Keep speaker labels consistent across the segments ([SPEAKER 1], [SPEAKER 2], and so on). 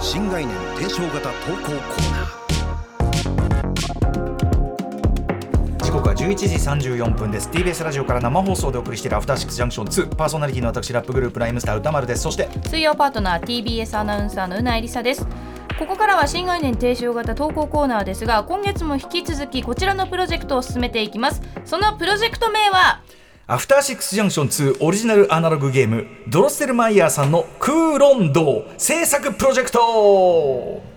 [SPEAKER 1] 新概念提唱型投稿コーナー
[SPEAKER 2] 時刻は11時34分です TBS ラジオから生放送でお送りしているアフターシックスジャンクション2パーソナリティの私ラップグループライムスター歌丸ですそして
[SPEAKER 3] 水曜パートナー TBS アナウンサーのうなえりさですここからは新概念提唱型投稿コーナーですが今月も引き続きこちらのプロジェクトを進めていきますそのプロジェクト名は
[SPEAKER 2] アフターシックスジャンクション2オリジナルアナログゲームドロッセルマイヤーさんのクーロンドー制作プロジェクト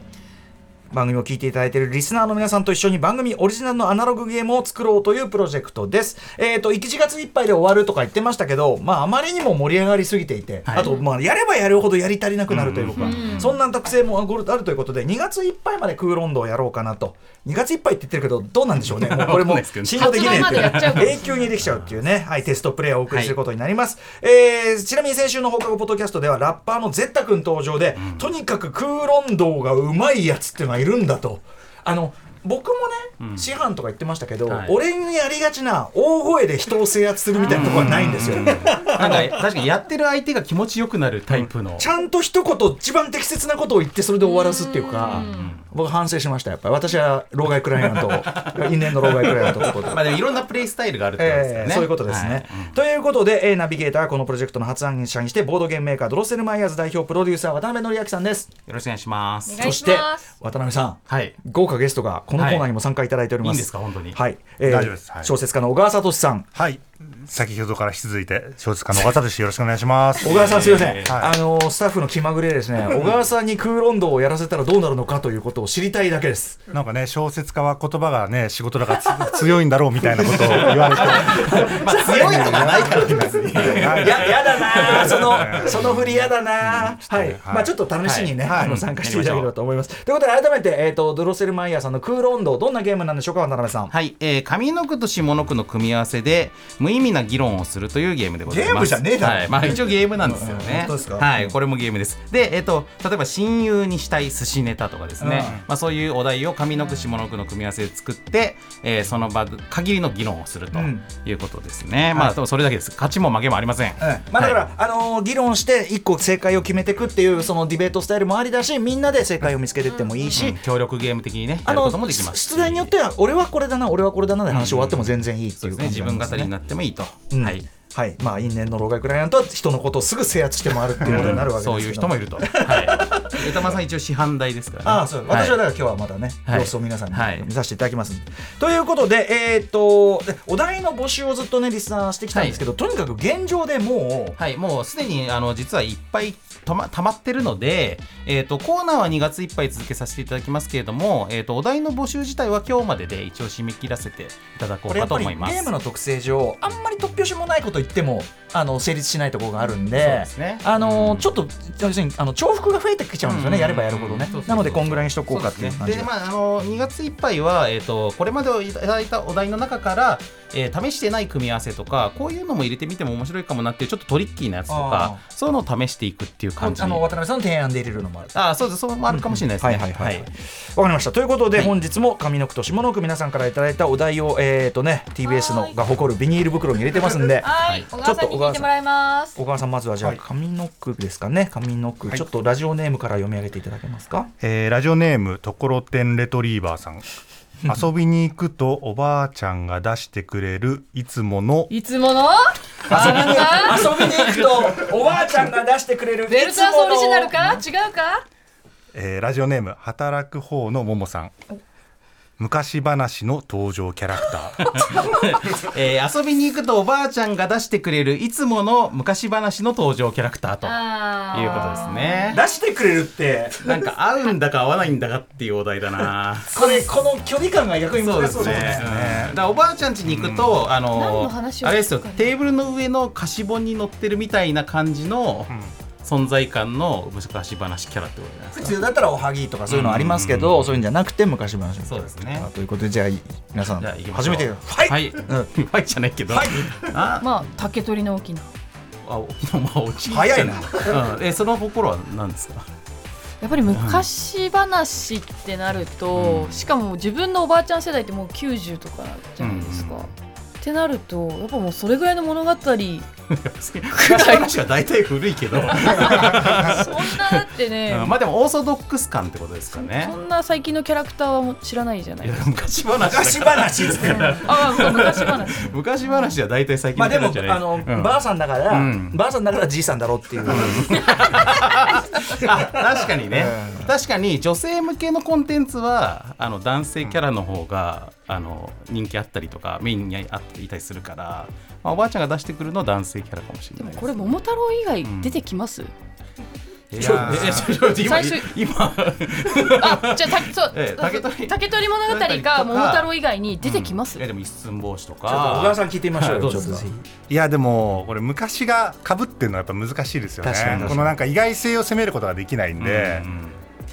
[SPEAKER 2] 番組を聞いていただいているリスナーの皆さんと一緒に番組オリジナルのアナログゲームを作ろうというプロジェクトです。えっ、と、1月いっぱいで終わるとか言ってましたけど、まあ、あまりにも盛り上がりすぎていて、あと、まあ、やればやるほどやり足りなくなるというか、そんな特性もあるということで、2月いっぱいまでクーロンドをやろうかなと。2月いっぱいって言ってるけど、どうなんでしょうね。もうこれも
[SPEAKER 4] わかんないですけどね
[SPEAKER 2] 信用できないってい
[SPEAKER 3] 発売までやっちゃうかも
[SPEAKER 2] う。永久にできちゃうっていうね、はい、テストプレイをお送りすることになります、えーちなみに先週の放課後ポッドキャストではラッパーのゼッタ君登場で、とにかくクーロンドーがうまいやつっていうのがいるんだとあの僕もね、師範とか言ってましたけど、
[SPEAKER 4] はい
[SPEAKER 2] 俺にやりがちな大声で人を制圧するみたいなところはないんですよ、
[SPEAKER 4] なんか確かにやってる相手が気持ちよくなるタイプの、
[SPEAKER 2] ちゃんと一言一番適切なことを言ってそれで終わらすっていうか僕反省しましたやっぱり私は老害クライアン ト因縁の老害クライアントってことで
[SPEAKER 4] まあでもいろんなプレイスタイルがあるってことです
[SPEAKER 2] え
[SPEAKER 4] よね、
[SPEAKER 2] えそういうことですね、
[SPEAKER 4] はい
[SPEAKER 2] ということで、えーナビゲーターはこのプロジェクトの発案者にしてボードゲームメーカードロッセルマイヤーズ代表プロデューサー渡辺則明さんです
[SPEAKER 4] よろしくお願いします
[SPEAKER 3] お願い
[SPEAKER 2] そ
[SPEAKER 3] し
[SPEAKER 2] して
[SPEAKER 3] ます
[SPEAKER 2] 渡辺さん
[SPEAKER 4] はい
[SPEAKER 2] 豪華ゲストがこのコーナーにも参加いただいております、
[SPEAKER 4] はいいいんですか本当に
[SPEAKER 2] はい、えー
[SPEAKER 5] 大丈夫ですはい
[SPEAKER 2] 小説家の小川聡さん
[SPEAKER 5] はい。先ほどから引き続いて、小説家の小川です。よろしくお願いします。
[SPEAKER 2] 小川さんすいません、
[SPEAKER 4] え
[SPEAKER 5] ーはい
[SPEAKER 2] あのースタッフの気まぐれでですね小川さんに空論道をやらせたらどうなるのかということを知りたいだけです
[SPEAKER 5] なんかね、小説家は言葉がね、仕事だからつ強いんだろうみたいなことを言われて。
[SPEAKER 4] まあ強いとかないからね別に
[SPEAKER 2] ややだなーそのその振りやだなーはい、
[SPEAKER 5] はい
[SPEAKER 2] まあちょっと楽しみにね、
[SPEAKER 4] はいはい
[SPEAKER 2] あの参加していただければと思います、ということで改めてえっ、とドロッセルマイヤーさんのクール音頭どんなゲームなんでしょうか渡辺さん
[SPEAKER 4] はい、えー上の句と下の句の組み合わせで無意味な議論をするというゲームでございます。
[SPEAKER 2] ゲームじゃねえだろ
[SPEAKER 4] はい、まあ一応ゲームなんですよ
[SPEAKER 2] うん
[SPEAKER 4] ね。
[SPEAKER 2] 本当ですか
[SPEAKER 4] はい、これもゲームです。で、えっ、と例えば親友にしたい寿司ネタとかですね、
[SPEAKER 2] うん
[SPEAKER 4] まあそういうお題を上の句下の句の組み合わせで作って、えーその場限りの議論をすると
[SPEAKER 2] うん
[SPEAKER 4] いうことですね。まあ、多分それだけです。勝ちも負けもありません。
[SPEAKER 2] まあ、だから、あのー議論して一個正解を決めていくっていうそのディベートスタイルもありだしみんなで正解を見つけていってもいいし、
[SPEAKER 4] うん協力ゲーム的にね、
[SPEAKER 2] あ
[SPEAKER 4] やる
[SPEAKER 2] の
[SPEAKER 4] こともできますし。
[SPEAKER 2] 出題によっては俺はこれだな俺はこれだなで話終わっても全然いいって
[SPEAKER 4] そう
[SPEAKER 2] い
[SPEAKER 4] で
[SPEAKER 2] う
[SPEAKER 4] すね、
[SPEAKER 2] 感じ
[SPEAKER 4] 自
[SPEAKER 2] なん
[SPEAKER 4] 分
[SPEAKER 2] で
[SPEAKER 4] 語
[SPEAKER 2] すね
[SPEAKER 4] りになってもいいと。
[SPEAKER 2] うん
[SPEAKER 4] はい。
[SPEAKER 2] はいまあ因縁の老害クライアントは人のことをすぐ制圧して回るっていうことになるわけですけど
[SPEAKER 4] そういう人も いると。はい。歌間さん一応市販代ですからね。
[SPEAKER 2] ああそう、
[SPEAKER 4] い
[SPEAKER 2] 私はだから今日はまだね、
[SPEAKER 4] はい
[SPEAKER 2] 様子を皆さん
[SPEAKER 4] はい
[SPEAKER 2] に見させていただきます、ということでえーっとでお題の募集をずっとねリスナーしてきたんですけど、とにかく現状でも
[SPEAKER 4] はい、もうすでにあの実はいっぱいたま溜まってるので、えー、とコーナーは2月いっぱい続けさせていただきますけれども、えー、とお題の募集自体は今日までで一応締め切らせていただこ
[SPEAKER 2] うこ
[SPEAKER 4] う
[SPEAKER 2] れや
[SPEAKER 4] か
[SPEAKER 2] っ
[SPEAKER 4] と
[SPEAKER 2] ぱり
[SPEAKER 4] 思
[SPEAKER 2] ゲ
[SPEAKER 4] います。
[SPEAKER 2] ームの特性上あんまり突拍子もないこと言ってもあの成立しないところがあるん
[SPEAKER 4] そう
[SPEAKER 2] で
[SPEAKER 4] ですね
[SPEAKER 2] あの
[SPEAKER 4] うん
[SPEAKER 2] ちょっと要するにあの重複が増えてきちゃうんですよね、
[SPEAKER 4] うん
[SPEAKER 2] やればやるほどね、
[SPEAKER 4] そうそうそう
[SPEAKER 2] なのでこんぐらいにしとこうかっていう
[SPEAKER 4] そ
[SPEAKER 2] 感
[SPEAKER 4] う
[SPEAKER 2] じ
[SPEAKER 4] ですねで、まあ、あの2月いっぱいは、えー、とこれまでいただいたお題の中から、えー試してない組み合わせとかこういうのも入れてみても面白いかもなっていうちょっとトリッキーなやつとかそういうのを試していくっていう感じ
[SPEAKER 2] あの渡辺さんの提案で入れるのもある
[SPEAKER 4] ああそうですそうもあるかもしれないですね。
[SPEAKER 2] はいはいはいわ、かりましたということで、
[SPEAKER 4] はい
[SPEAKER 2] 本日も上の句と下の句皆さんからいただいたお題をえー、とね TBS
[SPEAKER 3] は
[SPEAKER 2] の
[SPEAKER 3] い
[SPEAKER 2] が誇るビニール袋に入れてますんで
[SPEAKER 3] はい、
[SPEAKER 4] はい
[SPEAKER 3] 小川さんに聞いてもらいます
[SPEAKER 2] 小川さんまずはじゃあ
[SPEAKER 5] はい
[SPEAKER 2] 上の句ですかね上の句、
[SPEAKER 5] はい
[SPEAKER 2] ちょっとラジオネームから読み上げていただけますか
[SPEAKER 5] えーラジオネーム、ところてんレトリーバーさん。遊びに行くとおばあちゃんが出してくれるいつもの
[SPEAKER 3] いつものあ
[SPEAKER 2] 遊びに行くとおばあちゃんが出してくれる
[SPEAKER 3] ベルトアスオリジナルか違うか
[SPEAKER 5] えーラジオネーム働く方のももさん昔話の登場キャラクター
[SPEAKER 4] えー遊びに行くとおばあちゃんが出してくれるいつもの昔話の登場キャラクターと
[SPEAKER 3] あー
[SPEAKER 4] いうことですね。
[SPEAKER 2] 出してくれるって
[SPEAKER 4] なんか合うんだか合わないんだかっていうお題だな。
[SPEAKER 2] これこの距離感が逆に
[SPEAKER 4] そう
[SPEAKER 2] 難
[SPEAKER 4] で
[SPEAKER 2] しそ
[SPEAKER 4] す
[SPEAKER 2] うです
[SPEAKER 4] ね
[SPEAKER 2] ね。
[SPEAKER 4] うんだからおばあちゃん家に行くと、あ
[SPEAKER 3] 何の
[SPEAKER 4] の
[SPEAKER 3] 話を
[SPEAKER 4] あれですよテーブルの上の貸し本に載ってるみたいな感じの存在感の昔話キャラってことじゃないです
[SPEAKER 2] 普
[SPEAKER 4] か。
[SPEAKER 2] 通だったらおはぎとかそういうのありますけど、そういうんじゃなくて昔話
[SPEAKER 4] そうですね
[SPEAKER 2] ということでじゃあ皆さん
[SPEAKER 4] じゃあ行きま
[SPEAKER 2] 初
[SPEAKER 4] しょう
[SPEAKER 2] めてはい、
[SPEAKER 4] はい、はいじゃないけど、あ
[SPEAKER 3] まあ竹取りの大きな
[SPEAKER 4] あ、おまあ、落ち着
[SPEAKER 2] 早いな
[SPEAKER 4] うん、え、その心は何ですか。
[SPEAKER 3] やっぱり昔話ってなると、しかも自分のおばあちゃん世代ってもう90とかじゃないですか。ってなるとやっぱもうそれぐらいの物語
[SPEAKER 4] 昔話は大体古いけど
[SPEAKER 3] そんなだってね
[SPEAKER 4] うんまあでもオーソドックス感ってことですかね
[SPEAKER 3] そんな最近のキャラクターはもう知らないじゃないい
[SPEAKER 4] や昔話だから
[SPEAKER 2] 昔話ですから
[SPEAKER 3] ああ昔話
[SPEAKER 4] 昔話は大体最近
[SPEAKER 2] まあ
[SPEAKER 4] の
[SPEAKER 2] でも
[SPEAKER 4] 話じゃない
[SPEAKER 2] あの、
[SPEAKER 4] うん
[SPEAKER 2] ばあさんだから、
[SPEAKER 4] うん
[SPEAKER 2] ばあさんだからじいさんだろっていう、
[SPEAKER 4] あ確かにね、確かに女性向けのコンテンツはあの男性キャラの方が、あの人気あったりとかメインにあっていたりするから、まあ、おばあちゃんが出してくるのは男性キャラかもしれ
[SPEAKER 6] で
[SPEAKER 4] な
[SPEAKER 6] も
[SPEAKER 4] い
[SPEAKER 6] これ桃太郎以外出てきます、
[SPEAKER 4] いやええちょっと今
[SPEAKER 3] 最初
[SPEAKER 4] 今
[SPEAKER 6] あじゃあたそう、
[SPEAKER 4] ええ竹取
[SPEAKER 6] 竹取物語
[SPEAKER 4] 竹取と
[SPEAKER 6] か
[SPEAKER 4] か
[SPEAKER 6] 桃太郎以外に出てきます、
[SPEAKER 4] いやでも一寸法師とか
[SPEAKER 2] ちょっと小川さん聞いてみま しょう
[SPEAKER 4] ど
[SPEAKER 2] よ
[SPEAKER 4] う
[SPEAKER 2] ち
[SPEAKER 4] で
[SPEAKER 2] ょっと
[SPEAKER 4] すか
[SPEAKER 2] ぜひ
[SPEAKER 5] いやでもこれ昔がかぶってるのはやっぱ難しいですよね
[SPEAKER 2] 確かに確かに
[SPEAKER 5] このなんか意外性を攻めることができないんで、
[SPEAKER 4] うん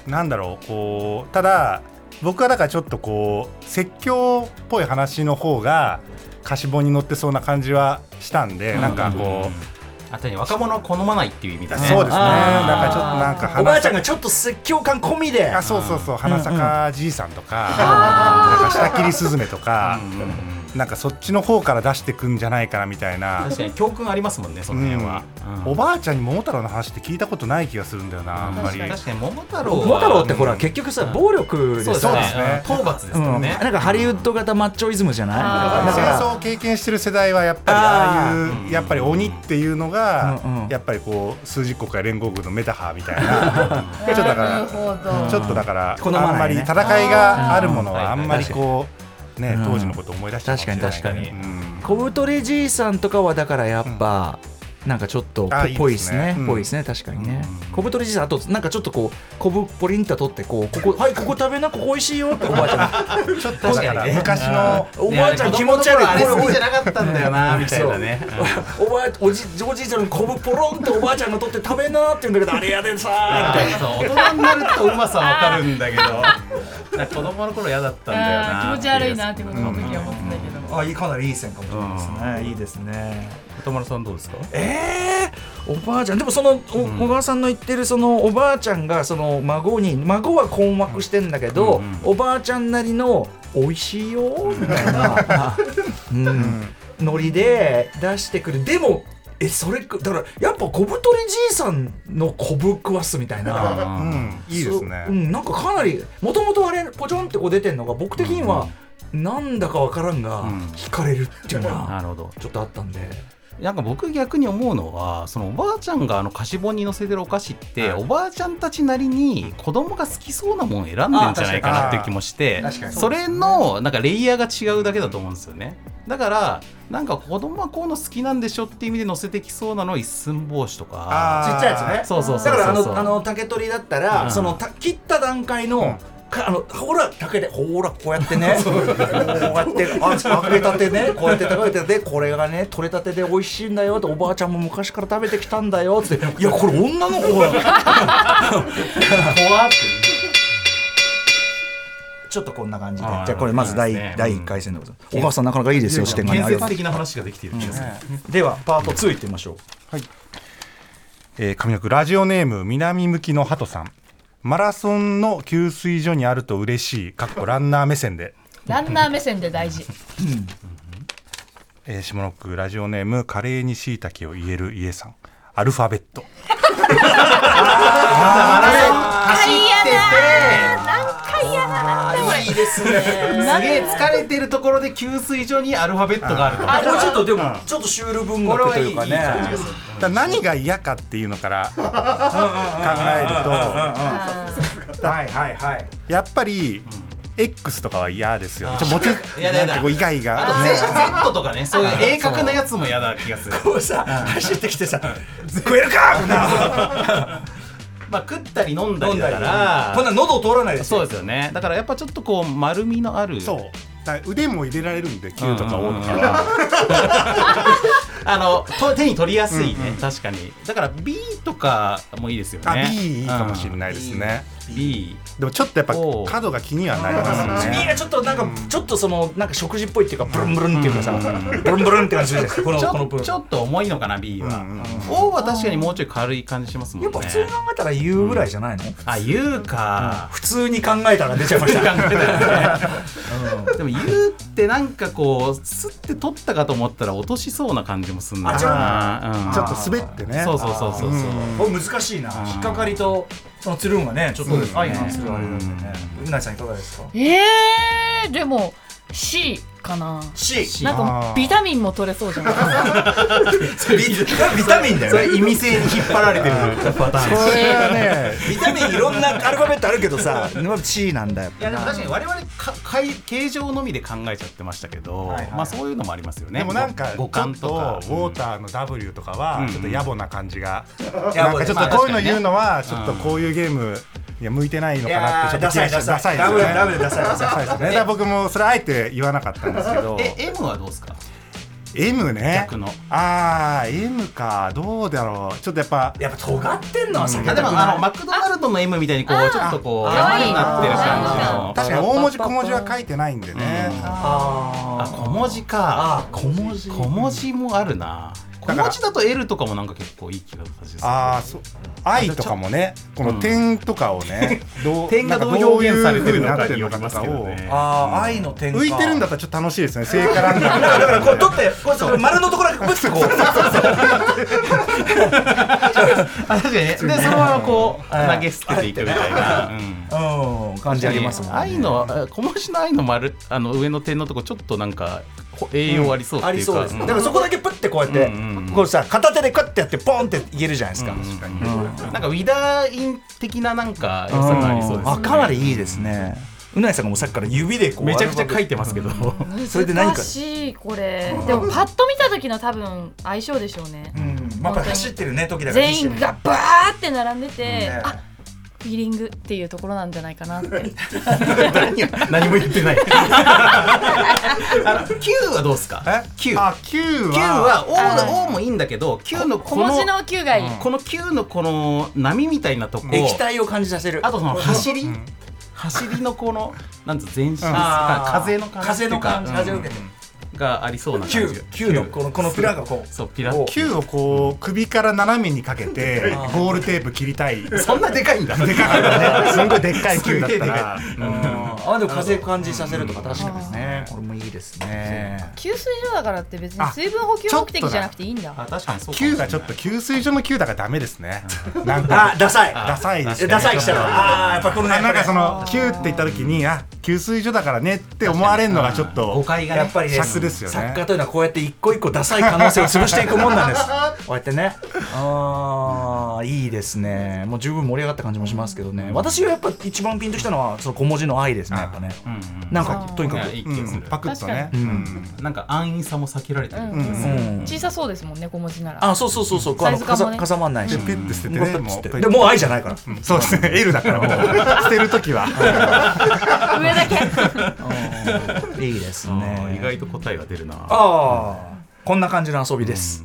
[SPEAKER 5] なんだろうこうただ僕はだからちょっとこう説教っぽい話の方が歌詞本に載ってそうな感じはしたんで、なんかこう、
[SPEAKER 4] あとね若者は好まないっていう意味だね
[SPEAKER 5] そうですねなん
[SPEAKER 2] あー
[SPEAKER 5] かちょっとなんか
[SPEAKER 2] おばあ
[SPEAKER 5] 花
[SPEAKER 2] ちゃん
[SPEAKER 5] さ
[SPEAKER 2] がちょっと説教感込みで
[SPEAKER 5] あそうそうそう花坂じいさんとか、なんか下切りすずめとか、
[SPEAKER 4] うんうんうん
[SPEAKER 5] なんかそっちの方から出してくんじゃないかなみたいな
[SPEAKER 4] 確かに教訓ありますもんねその辺は、うん
[SPEAKER 5] おばあちゃんに桃太郎の話って聞いたことない気がするんだよなあんま
[SPEAKER 4] 確
[SPEAKER 5] り
[SPEAKER 4] かに確かに桃太郎は
[SPEAKER 2] 桃太郎ってほら
[SPEAKER 4] うん
[SPEAKER 2] 結局さ暴力で
[SPEAKER 4] そうです
[SPEAKER 5] そう
[SPEAKER 2] さ
[SPEAKER 5] ですね
[SPEAKER 4] ね討伐です
[SPEAKER 2] うん
[SPEAKER 4] からね、
[SPEAKER 2] なんかハリウッド型マッチョイズムじゃない
[SPEAKER 6] あ
[SPEAKER 5] 戦
[SPEAKER 2] だから
[SPEAKER 5] 争を経験してる世代はやっぱりああいうやっぱり鬼っていうのが、
[SPEAKER 2] うんうん
[SPEAKER 5] やっぱりこう数十国や連合軍のメタハーみた いなちょっとだ
[SPEAKER 6] なる
[SPEAKER 5] か
[SPEAKER 6] ほど
[SPEAKER 5] らちょっとだから、
[SPEAKER 2] 好ま
[SPEAKER 5] あんま
[SPEAKER 2] ない
[SPEAKER 5] り
[SPEAKER 2] ね
[SPEAKER 5] 戦いがあるものは
[SPEAKER 4] あ
[SPEAKER 5] あ
[SPEAKER 4] ー
[SPEAKER 5] んまりこうね
[SPEAKER 2] うん
[SPEAKER 5] 当時のことを思い出して
[SPEAKER 2] 確かに
[SPEAKER 4] 確
[SPEAKER 2] 小太りじいさんとかはだからやっぱ、なんかちょっと
[SPEAKER 5] あ
[SPEAKER 2] ぽぽい
[SPEAKER 5] い
[SPEAKER 2] で
[SPEAKER 5] いですす
[SPEAKER 2] ね
[SPEAKER 5] ね
[SPEAKER 2] ぽいですね確かにね、
[SPEAKER 4] うん
[SPEAKER 2] 小太りじいさんあとなんかちょっとこう昆布ポリンと取ってこうここはいここ食べなここ美味しいよっておばあちゃんが
[SPEAKER 5] ちょっとだから昔の
[SPEAKER 2] おばあちゃん気持ち悪い
[SPEAKER 4] あれ好
[SPEAKER 2] お
[SPEAKER 4] き
[SPEAKER 2] い
[SPEAKER 4] じゃなかったんだよなみたいなね
[SPEAKER 2] おばあおじおじいちゃんの昆布ポロンっておばあちゃんが取って食べなって言うんだけどあれやでさーみたいな
[SPEAKER 4] そう大人になるとうまさわかるんだけどなんか 子供の頃嫌だったんだよ
[SPEAKER 6] あ
[SPEAKER 4] な
[SPEAKER 6] ー気持ち悪いなってことの時は思ってたけど、
[SPEAKER 2] あいいかなりいい線かもしれないですね、いいですね
[SPEAKER 4] 琴丸さんどうですか
[SPEAKER 2] えー、おばあちゃんでもそのお
[SPEAKER 4] ん
[SPEAKER 2] 小川さんの言ってるそのおばあちゃんがその孫に孫は困惑してんだけど、
[SPEAKER 4] うんうん
[SPEAKER 2] おばあちゃんなりの「美味しいよ」みたい な、うん、ノリで出してくるでもえそれくだからやっぱ小太りじいさんの小ぶ食わすみたいな。
[SPEAKER 5] うんいいですね
[SPEAKER 2] そううん、なんかかなりもともとあれポチョンってこう出てんのが僕的にはなんだかわからんが、
[SPEAKER 4] うん
[SPEAKER 2] 惹かれるっていうの
[SPEAKER 4] な
[SPEAKER 2] は
[SPEAKER 4] るほど
[SPEAKER 2] ちょっとあったんで
[SPEAKER 4] なんか僕逆に思うのはそのおばあちゃんがあの菓子本に載せてるお菓子っておばあちゃんたちなりに子供が好きそうなもん選んでんじゃないかなっていう気もして
[SPEAKER 2] 確かに
[SPEAKER 4] それのなんかレイヤーが違うだけだと思うんですよねだからなんか子供はこういうの好きなんでしょっていう意味で載せてきそうなのは一寸法師とか
[SPEAKER 5] あー
[SPEAKER 2] ちっちゃいやつね
[SPEAKER 4] そうそうそ
[SPEAKER 2] だ
[SPEAKER 4] う
[SPEAKER 2] か
[SPEAKER 4] そう
[SPEAKER 2] らあ
[SPEAKER 4] そう
[SPEAKER 2] のあの竹取りだったら、
[SPEAKER 4] うん
[SPEAKER 2] そのた切った段階の、
[SPEAKER 5] うん
[SPEAKER 2] かあのほら竹でほらこうやって ねこうやってあ揚げたてねこうやって食べててこれがね取れたてで美味しいんだよっておばあちゃんも昔から食べてきたんだよっていやこれ女の子だ
[SPEAKER 4] 怖って
[SPEAKER 2] ちょっとこんな感じでじ
[SPEAKER 4] あ
[SPEAKER 2] ゃ
[SPEAKER 4] ー
[SPEAKER 2] あこれまず第
[SPEAKER 4] いいですね
[SPEAKER 2] 第1回戦でございます、お母さんなかなかいいですよ視点がね
[SPEAKER 4] 建設的な話ができている気がする、
[SPEAKER 2] ではパート2いってみましょう
[SPEAKER 5] えー、上の句ラジオネーム南向きの鳩さんマラソンの給水所にあると嬉しいかっこランナー目線で、
[SPEAKER 6] ランナー目線で大事
[SPEAKER 5] えー、下の句ラジオネームカレーにしいたけを言える家さんアルファベット
[SPEAKER 4] 走ってて
[SPEAKER 2] いいですね
[SPEAKER 4] すげえ疲れてるところで給水所にアルファベットがあると
[SPEAKER 2] あこれちょっとでもちょっとシュール文学というかね
[SPEAKER 5] だから何が嫌かっていうのから考え
[SPEAKER 2] はいはいはい
[SPEAKER 5] るとやっぱり X とかは嫌ですよねちょモテ
[SPEAKER 4] やだやだ
[SPEAKER 5] なんかこう意外
[SPEAKER 4] あと
[SPEAKER 5] が、ね
[SPEAKER 4] Z Z とかねそういう鋭角なやつも嫌な気がする
[SPEAKER 2] こうさ、走ってきてさ「食える か!」こんな
[SPEAKER 4] まあ食ったり飲んだ
[SPEAKER 2] 飲
[SPEAKER 4] り
[SPEAKER 2] んだ
[SPEAKER 4] だ
[SPEAKER 2] り
[SPEAKER 4] から
[SPEAKER 2] こんな喉通らないです
[SPEAKER 4] そう
[SPEAKER 2] よ
[SPEAKER 4] ですよねだからやっぱちょっとこう丸みのある
[SPEAKER 5] そうだから腕も入れられるんで Q とか O とかは
[SPEAKER 4] あのと手に取りやすいね、確かにだから B とかもいいですよね
[SPEAKER 5] あ B いいかもしれないですね、
[SPEAKER 4] うん B
[SPEAKER 5] でもちょっとやっぱ
[SPEAKER 4] おう
[SPEAKER 5] 角が気にはなりますよ
[SPEAKER 2] 耳
[SPEAKER 5] ね
[SPEAKER 2] がちょっとなんか、ちょっとそのなんか食事っぽいっていうかブルンブルンっていうかさ、ブルンブルンって感じですこの
[SPEAKER 4] ち
[SPEAKER 2] この
[SPEAKER 4] ょ
[SPEAKER 2] ブルン
[SPEAKER 4] ちょっと重いのかな B は、
[SPEAKER 5] うんうんうん
[SPEAKER 4] O は確かにもうちょい軽い感じしますもん
[SPEAKER 2] やっ
[SPEAKER 4] ね
[SPEAKER 2] ぱ普通に考えたら言うぐらいじゃないの、
[SPEAKER 4] あ U か、
[SPEAKER 2] 普通に考えたら出ちゃいました
[SPEAKER 4] でも U ってってなんかこうすって取ったかと思ったら落としそうな感じもするんだよな
[SPEAKER 5] ちょっと滑ってね
[SPEAKER 4] そうそうそうそうそう
[SPEAKER 2] これ難しいな引っかかりとそのつるんはねちょっと
[SPEAKER 5] そうですね
[SPEAKER 2] 相反するあれなんでねうなぎさんいかがですか
[SPEAKER 6] えー、でも C かな
[SPEAKER 2] C
[SPEAKER 6] なんか
[SPEAKER 5] あー
[SPEAKER 6] ビタミンも取れそうじゃないですか
[SPEAKER 2] ビビタミンだ
[SPEAKER 7] そ
[SPEAKER 2] よね
[SPEAKER 7] れ意味性に引っ張られてるパタ
[SPEAKER 5] こ
[SPEAKER 7] ーン
[SPEAKER 5] れは ね
[SPEAKER 2] ビタミンいろんなアルファベットあるけどさ C なんだよ
[SPEAKER 4] いやでも確かに我々かかい形状のみで考えちゃってましたけど、
[SPEAKER 2] はいはい
[SPEAKER 4] まあそういうのもありますよね
[SPEAKER 5] でもなんかちょ
[SPEAKER 4] 五
[SPEAKER 5] っとウ
[SPEAKER 4] 感とか
[SPEAKER 5] ォーターの W とか
[SPEAKER 4] う
[SPEAKER 5] は
[SPEAKER 4] ん
[SPEAKER 5] ちょっと野暮な感じが、
[SPEAKER 2] や
[SPEAKER 5] なんかちょっ
[SPEAKER 4] まあ
[SPEAKER 5] とこう
[SPEAKER 4] 確か
[SPEAKER 5] いうの
[SPEAKER 4] にね
[SPEAKER 5] 言うのはちょっとこういうゲームいや向いてないのかなってちょっと気がして
[SPEAKER 2] ダサいダサい
[SPEAKER 5] ですよね
[SPEAKER 2] ダメダメダサいダサい
[SPEAKER 5] ダサいですねだから僕もそれあえて言わなかったんですけど
[SPEAKER 4] え M はどうですか
[SPEAKER 5] M ね
[SPEAKER 4] 逆の
[SPEAKER 5] あー M かどうだろうちょっとやっぱ
[SPEAKER 2] やっぱ尖ってんのは避け
[SPEAKER 4] あ
[SPEAKER 2] たく
[SPEAKER 4] でも
[SPEAKER 2] ない
[SPEAKER 4] あのマクドナルドの M みたいにこうちょっとこう
[SPEAKER 6] あー
[SPEAKER 4] 山になってる
[SPEAKER 5] あ
[SPEAKER 4] 感
[SPEAKER 5] ー
[SPEAKER 4] じの
[SPEAKER 5] 確かに大文字小文字は書いてないんでね、
[SPEAKER 4] あ
[SPEAKER 2] あ
[SPEAKER 4] 小文字
[SPEAKER 2] あ
[SPEAKER 4] か
[SPEAKER 2] 小文字
[SPEAKER 4] 小文字もあるな小
[SPEAKER 5] だから
[SPEAKER 4] 文字だと L とかもなんか結構いい気がするんですけど
[SPEAKER 5] ああそう愛とかもねこの点とかをね、ど う
[SPEAKER 4] 点がどう
[SPEAKER 5] なんかい
[SPEAKER 4] 表現されてるのか
[SPEAKER 5] 風
[SPEAKER 4] によりますけどね
[SPEAKER 2] あー愛の点
[SPEAKER 5] 浮いてるんだったらちょっと楽しいですね聖火ランナー
[SPEAKER 2] だからだからこう取ってこうそう丸のところだけブッとこう
[SPEAKER 4] 確かにねでそのままこう投げ捨てていくみたいな、うん
[SPEAKER 2] うん感じありますもんね
[SPEAKER 4] 愛のあ小文字の愛の丸あの上の点のとこちょっとなんかほ栄養ありそうって
[SPEAKER 2] あ
[SPEAKER 4] い
[SPEAKER 2] り
[SPEAKER 4] うか、
[SPEAKER 2] そうです
[SPEAKER 4] ん
[SPEAKER 2] だからそこだけプッてこうやって
[SPEAKER 4] うんうんうん
[SPEAKER 2] こうさ片手でカッてやってポンって言えるじゃないですか
[SPEAKER 4] なんかウィダーイン的ななんか良さがありそうですね
[SPEAKER 2] あかなりいいですねうなぎさんがもうさっきから指でこう
[SPEAKER 4] めちゃくちゃ書い
[SPEAKER 2] て
[SPEAKER 4] てますけど
[SPEAKER 2] それで何か
[SPEAKER 6] 難しいこれでもパッと見た時の多分相性でしょうね、
[SPEAKER 2] うんまあやっぱり走ってるね時だから
[SPEAKER 6] 全員がバーって並んでて、
[SPEAKER 2] ね
[SPEAKER 6] あフィーリングっていうところなんじゃないかなって
[SPEAKER 4] 何も言ってないあの Q はどうですか
[SPEAKER 5] え
[SPEAKER 4] Q
[SPEAKER 5] あ九は
[SPEAKER 4] Q は O
[SPEAKER 6] は
[SPEAKER 4] の O もいいんだけど Q のこ
[SPEAKER 6] 小
[SPEAKER 4] の
[SPEAKER 6] 文字の9がいい、
[SPEAKER 4] この Q のこの波みたいなとこ
[SPEAKER 2] 液体を感じさせる
[SPEAKER 4] あとその走り、走りのこ のなんつう全身
[SPEAKER 2] あー
[SPEAKER 4] 風の感じ
[SPEAKER 2] 風
[SPEAKER 4] っていう
[SPEAKER 2] の
[SPEAKER 4] か
[SPEAKER 2] 感じ風を受けて
[SPEAKER 4] うんがありそうな感じ
[SPEAKER 2] 9 9のこのこのピラがこう
[SPEAKER 4] そうピラ
[SPEAKER 2] お
[SPEAKER 5] 九をこう首から斜めにか けてゴールテープ切りたい。で
[SPEAKER 4] そんなでか いんだ
[SPEAKER 5] かかったね。すんごいでっかい九だったら。
[SPEAKER 2] あでも風感じさせるとか確かですねこれもいいですね
[SPEAKER 6] 給水所だからって別に
[SPEAKER 5] あ
[SPEAKER 6] 水分補給目的じゃなくていいんだ
[SPEAKER 4] あ確かにそうかもしれ
[SPEAKER 5] 九
[SPEAKER 4] な
[SPEAKER 5] が
[SPEAKER 4] い
[SPEAKER 5] ちょっと給水所の九だからダメですね。なん
[SPEAKER 2] あ
[SPEAKER 5] か
[SPEAKER 2] ダサい
[SPEAKER 5] ダサいですね。
[SPEAKER 2] ダサい来たらああーやっぱこのね
[SPEAKER 5] あなんかその九って言った時にあ給水所だからねって思われるのがちょっ
[SPEAKER 4] 誤
[SPEAKER 5] と。
[SPEAKER 4] 解がね
[SPEAKER 2] やっぱりね
[SPEAKER 5] 尺ですよね
[SPEAKER 2] 作家というのはこうやって一個一個ダサい可能性を潰していくもんなんです こうやってねあーいいですねもう十分盛り上がった感じもしますけどね私がやっぱ一番ピンときたのはその小文字の愛ですねやっぱね
[SPEAKER 4] うんうん
[SPEAKER 2] なんかとにか
[SPEAKER 4] い
[SPEAKER 2] く
[SPEAKER 4] やいい気
[SPEAKER 5] う
[SPEAKER 4] がす
[SPEAKER 5] ん
[SPEAKER 4] る、
[SPEAKER 5] パクッとね。
[SPEAKER 2] 確かに
[SPEAKER 5] うん
[SPEAKER 4] なんか安易さも避けられてる、
[SPEAKER 6] うん
[SPEAKER 5] うん
[SPEAKER 2] うん
[SPEAKER 6] 小さそうですもんね小文字なら
[SPEAKER 2] あそうそうそうそうあの
[SPEAKER 6] サイズ感
[SPEAKER 2] か
[SPEAKER 6] も
[SPEAKER 2] さ
[SPEAKER 6] ね
[SPEAKER 2] かさまんないし
[SPEAKER 5] でペッて捨てて
[SPEAKER 2] もうペ
[SPEAKER 5] ね
[SPEAKER 2] ッて
[SPEAKER 5] も
[SPEAKER 2] 捨て
[SPEAKER 5] う。
[SPEAKER 2] てでもう愛じゃないから
[SPEAKER 5] うんそうですね。L だからも う捨てる時は。
[SPEAKER 6] 上だけ
[SPEAKER 2] いいです
[SPEAKER 4] あー
[SPEAKER 2] ね
[SPEAKER 4] 意外と答えが出るな
[SPEAKER 2] ああこんな感じの遊びです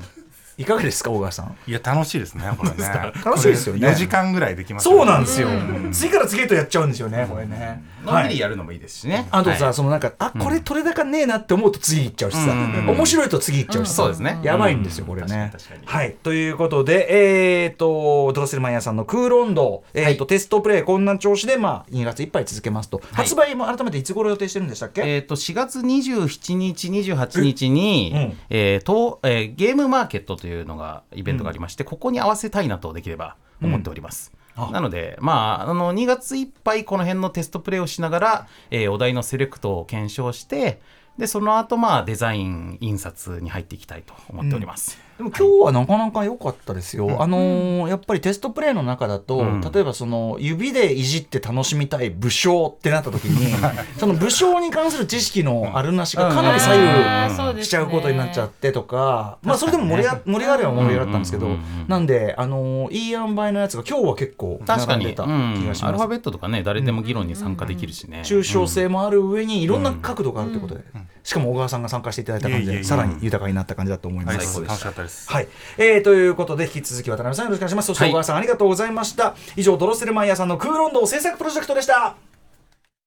[SPEAKER 2] いかがですか小川さん
[SPEAKER 5] いや楽しいですねこれね。
[SPEAKER 2] 楽しいですよね
[SPEAKER 5] これ4時間ぐらいできます。
[SPEAKER 2] そうなんですよ次から次へとやっちゃうんですよねこれね
[SPEAKER 4] のんびりやるのもいいですしね、
[SPEAKER 2] あと
[SPEAKER 4] は
[SPEAKER 2] さ
[SPEAKER 4] い
[SPEAKER 2] そのなんかあこれ取れ高ねえなって思うと次行っちゃうしさ
[SPEAKER 4] うん
[SPEAKER 2] 面白いと次行っちゃうしさ
[SPEAKER 4] そうですね
[SPEAKER 2] やばいんですよ、これね。
[SPEAKER 4] 確かに確か
[SPEAKER 2] はい。ということで、えっ、と、ドロッセルマイヤーさんのクーロンド、えっ、と、テストプレイ、こんな調子で、まあ、2月いっぱい続けますと。
[SPEAKER 4] はい
[SPEAKER 2] 発売も改めていつ頃予定してるんでしたっけ、
[SPEAKER 4] えー、と4月27日、28日に、
[SPEAKER 2] え
[SPEAKER 4] え
[SPEAKER 2] うん
[SPEAKER 4] ーとえーゲームマーケットというのがイベントがありまして、ここに合わせたいなとできれば思っております。なので、まあ、あの2月いっぱいこの辺のテストプレイをしながら、えーお題のセレクトを検証してでその後、まあデザイン印刷に入っていきたいと思っております。
[SPEAKER 2] でも今日はなかなか良かったですよ、あのーやっぱりテストプレイの中だと、
[SPEAKER 4] うん
[SPEAKER 2] 例えばその指でいじって楽しみたい武将ってなった時 にその武将に関する知識のあるなしがかなり左
[SPEAKER 6] あーそう
[SPEAKER 2] 右
[SPEAKER 6] ですね
[SPEAKER 2] しちゃうことになっちゃってとか、まあそれでも盛り上が盛り上がりは盛り上がったんですけど、
[SPEAKER 4] うんうんうんうん
[SPEAKER 2] なんであのーいい塩梅のやつが今日は結構
[SPEAKER 4] 確か
[SPEAKER 2] 並ん
[SPEAKER 4] に、
[SPEAKER 2] で
[SPEAKER 4] うん、
[SPEAKER 2] た気がし
[SPEAKER 4] アル
[SPEAKER 2] ま
[SPEAKER 4] フ
[SPEAKER 2] す
[SPEAKER 4] ァ。ベットとかね誰でも議論に参加できるしね。
[SPEAKER 2] 抽象性もある上にいろんな角度があるということで、しかも小川さんが参加していただいた感じ
[SPEAKER 5] いえいえい
[SPEAKER 2] で
[SPEAKER 5] え
[SPEAKER 2] さらに豊かになった感じだと思いま
[SPEAKER 5] はい
[SPEAKER 2] す。
[SPEAKER 5] 楽
[SPEAKER 4] 最高でした
[SPEAKER 5] しかったです。
[SPEAKER 2] はい、えー、ということで引き続き渡辺さんよろしくお願いしますそして
[SPEAKER 4] は
[SPEAKER 2] 小
[SPEAKER 4] い
[SPEAKER 2] 川さん、ありがとうございました以上ドロッセルマイヤーさんのクーロンドを制作プロジェクトでした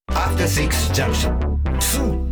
[SPEAKER 1] After Six Junction 2